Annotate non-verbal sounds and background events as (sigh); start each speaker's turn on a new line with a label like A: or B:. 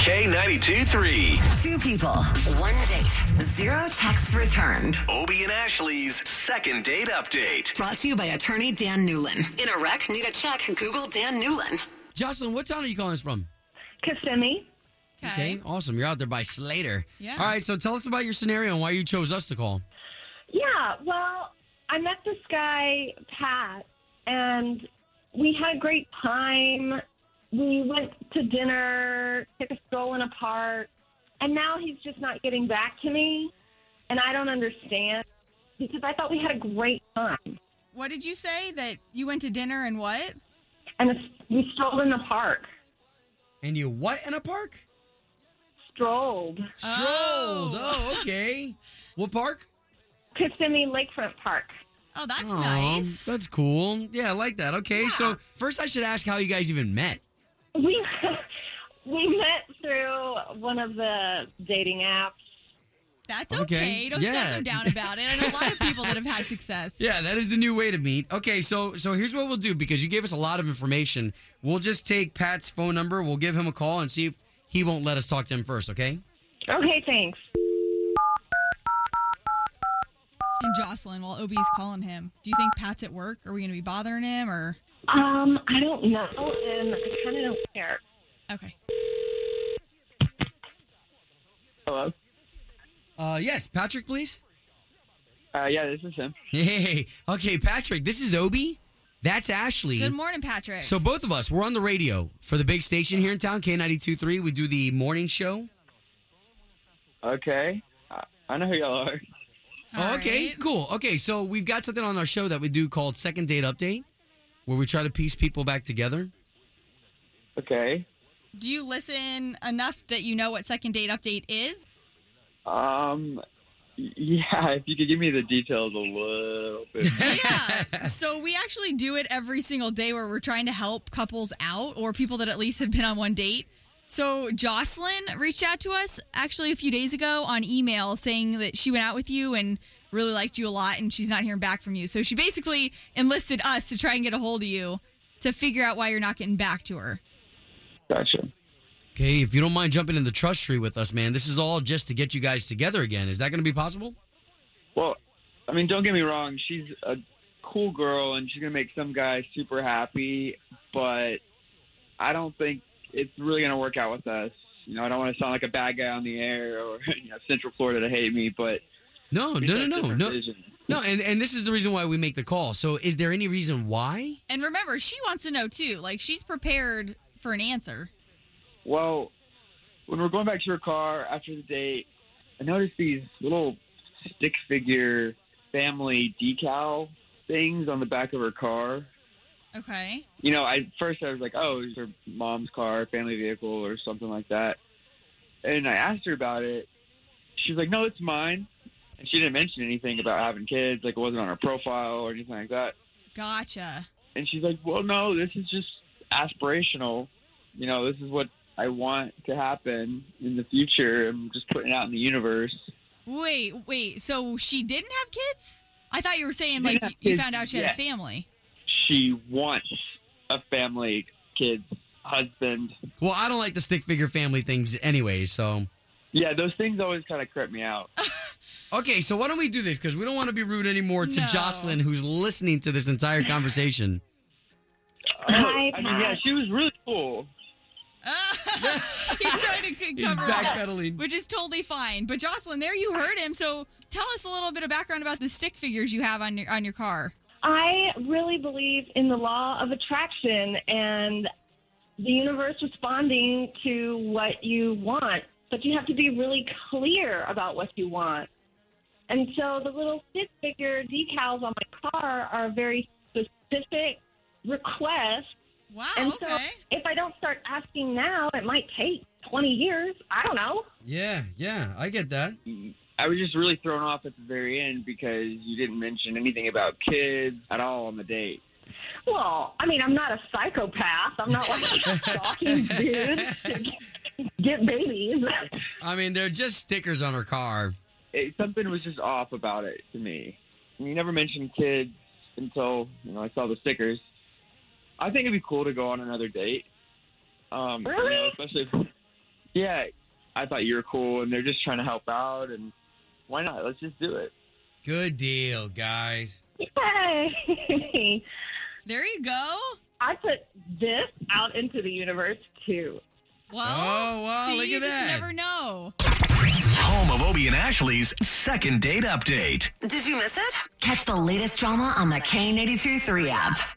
A: K92 3.
B: Two people, one date, zero texts returned.
A: Obie and Ashley's second date update.
B: Brought to you by attorney Dan Newlin. In a wreck, need a check, Google Dan Newlin.
C: Jocelyn, what town are you calling us from?
D: Kissimmee.
C: Okay, awesome. You're out there by Slater.
E: Yeah.
C: All right, so tell us about your scenario and why you chose us to call.
D: Yeah, well, I met this guy, Pat, and we had a great time. We went to dinner, took a stroll in a park, and now he's just not getting back to me. And I don't understand because I thought we had a great time.
E: What did you say that you went to dinner and what?
D: And it's- we strolled in the park.
C: And you what in a park?
D: Strolled.
C: Strolled.
E: Oh.
C: Oh, okay. What park?
D: Kissimmee Lakefront Park.
E: Oh, that's
C: Aw,
E: nice.
C: That's cool. Yeah, I like that. Okay, so first I should ask how you guys even met.
D: We (laughs) we met through one of the dating apps.
E: That's
C: Okay.
E: okay. Don't
C: Yeah.
E: shut them down about it. I know a lot of people that have had success.
C: (laughs) Yeah, that is the new way to meet. Okay, so so here's what we'll do because you gave us a lot of information. We'll just take Pat's phone number. We'll give him a call and see if he won't let us talk to him first. Okay.
D: Okay, thanks.
E: And Jocelyn, while Obie's calling him, do you think Pat's at work? Are we going to be bothering him or?
D: Um, I don't know, and I kind of don't care.
E: Okay.
F: Hello.
C: Uh, yes, Patrick, please.
F: Uh, yeah, this is him.
C: Hey, okay, Patrick. This is Obi. That's Ashley.
E: Good morning, Patrick.
C: So both of us, we're on the radio for the big station here in town, K92.3. We do the morning show.
F: Okay. I, I know who y'all are.
E: All
C: Oh, okay,
E: right.
C: cool. Okay, so we've got something on our show that we do called Second Date Update, where we try to piece people back together.
F: Okay.
E: Do you listen enough that you know what second date update is?
F: Um, y- (laughs) yeah, if you could give me the details a little bit.
C: (laughs)
E: yeah. So we actually do it every single day where we're trying to help couples out or people that at least have been on one date. So Jocelyn reached out to us actually a few days ago on email saying that she went out with you and really liked you a lot and she's not hearing back from you. So she basically enlisted us to try and get a hold of you to figure out why you're not getting back to her.
F: gotcha.
C: Okay, if you don't mind jumping in the trust tree with us, man, this is all just to get you guys together again. Is that going to be possible?
F: Well, I mean, don't get me wrong. She's a cool girl, and she's gonna make some guy super happy. But I don't think it's really gonna work out with us. You know, I don't want to sound like a bad guy on the air or (laughs) you know, Central Florida to hate me, but
C: No,
F: we
C: no,
F: have
C: no, no,
F: different
C: no,
F: visions.
C: no. And and this is the reason why we make the call. So, is there any reason why?
E: And remember, she wants to know too. Like she's prepared for an answer.
F: Well, when we're going back to her car after the date, I noticed these little stick figure family decal things on the back of her car.
E: Okay.
F: You know, I first I was like, oh, it's her mom's car, family vehicle, or something like that. And I asked her about it. She was like, no, it's mine. And she didn't mention anything about having kids, like it wasn't on her profile or anything like that.
E: Gotcha.
F: And she's like, well, no, this is just aspirational. You know, this is what I want to happen in the future. I'm just putting it out in the universe.
E: Wait, wait. So she didn't have kids? I thought you were saying like
F: Didn't have
E: you
F: kids
E: found out she had a (laughs)
F: yet.
E: family.
F: She wants a family, kids, husband.
C: Well, I don't like the stick figure family things anyway. So,
F: Yeah, those things always kind of creep me out.
C: okay, so why don't we do this? Because we don't want to be rude anymore to
E: No.
C: Jocelyn, who's listening to this entire conversation.
D: Hi,
F: I mean, yeah,
D: Pat.
F: she was really cool.
E: he's trying to c-
C: (laughs) He's
E: cover it up,
C: backpedaling.
E: which is totally fine. But Jocelyn, there you heard him. So tell us a little bit of background about the stick figures you have on your on your car.
D: I really believe in the law of attraction and the universe responding to what you want, but you have to be really clear about what you want. And so the little stick figure decals on my car are very specific requests.
E: Wow.
D: and so
E: Oh, okay.
D: if I don't start asking now, it might take 20 years. I don't know.
C: Yeah, yeah, I get that.
F: I was just really thrown off at the very end because you didn't mention anything about kids at all on the date.
D: Well, I mean, I'm not a psychopath. I'm not like stalking dudes to get babies. (laughs)
C: I mean, they're just stickers on her car.
F: it, something was just off about it to me. And You never mentioned kids until you know I saw the stickers. I think it'd be cool to go on another date. Um, you know,
D: Really?
F: especially if, yeah, I thought you were cool, and they're just trying to help out, and why not? Let's just do it.
C: Good deal, guys.
D: Yay!
E: There you go.
D: I put this out into the universe too.
E: Well,
C: Oh, wow,
E: see,
C: look
E: you
C: at
E: just
C: that.
E: never know.
A: Home of Obie and Ashley's second date update.
B: Did you miss it? Catch the latest drama on the K82 3 app.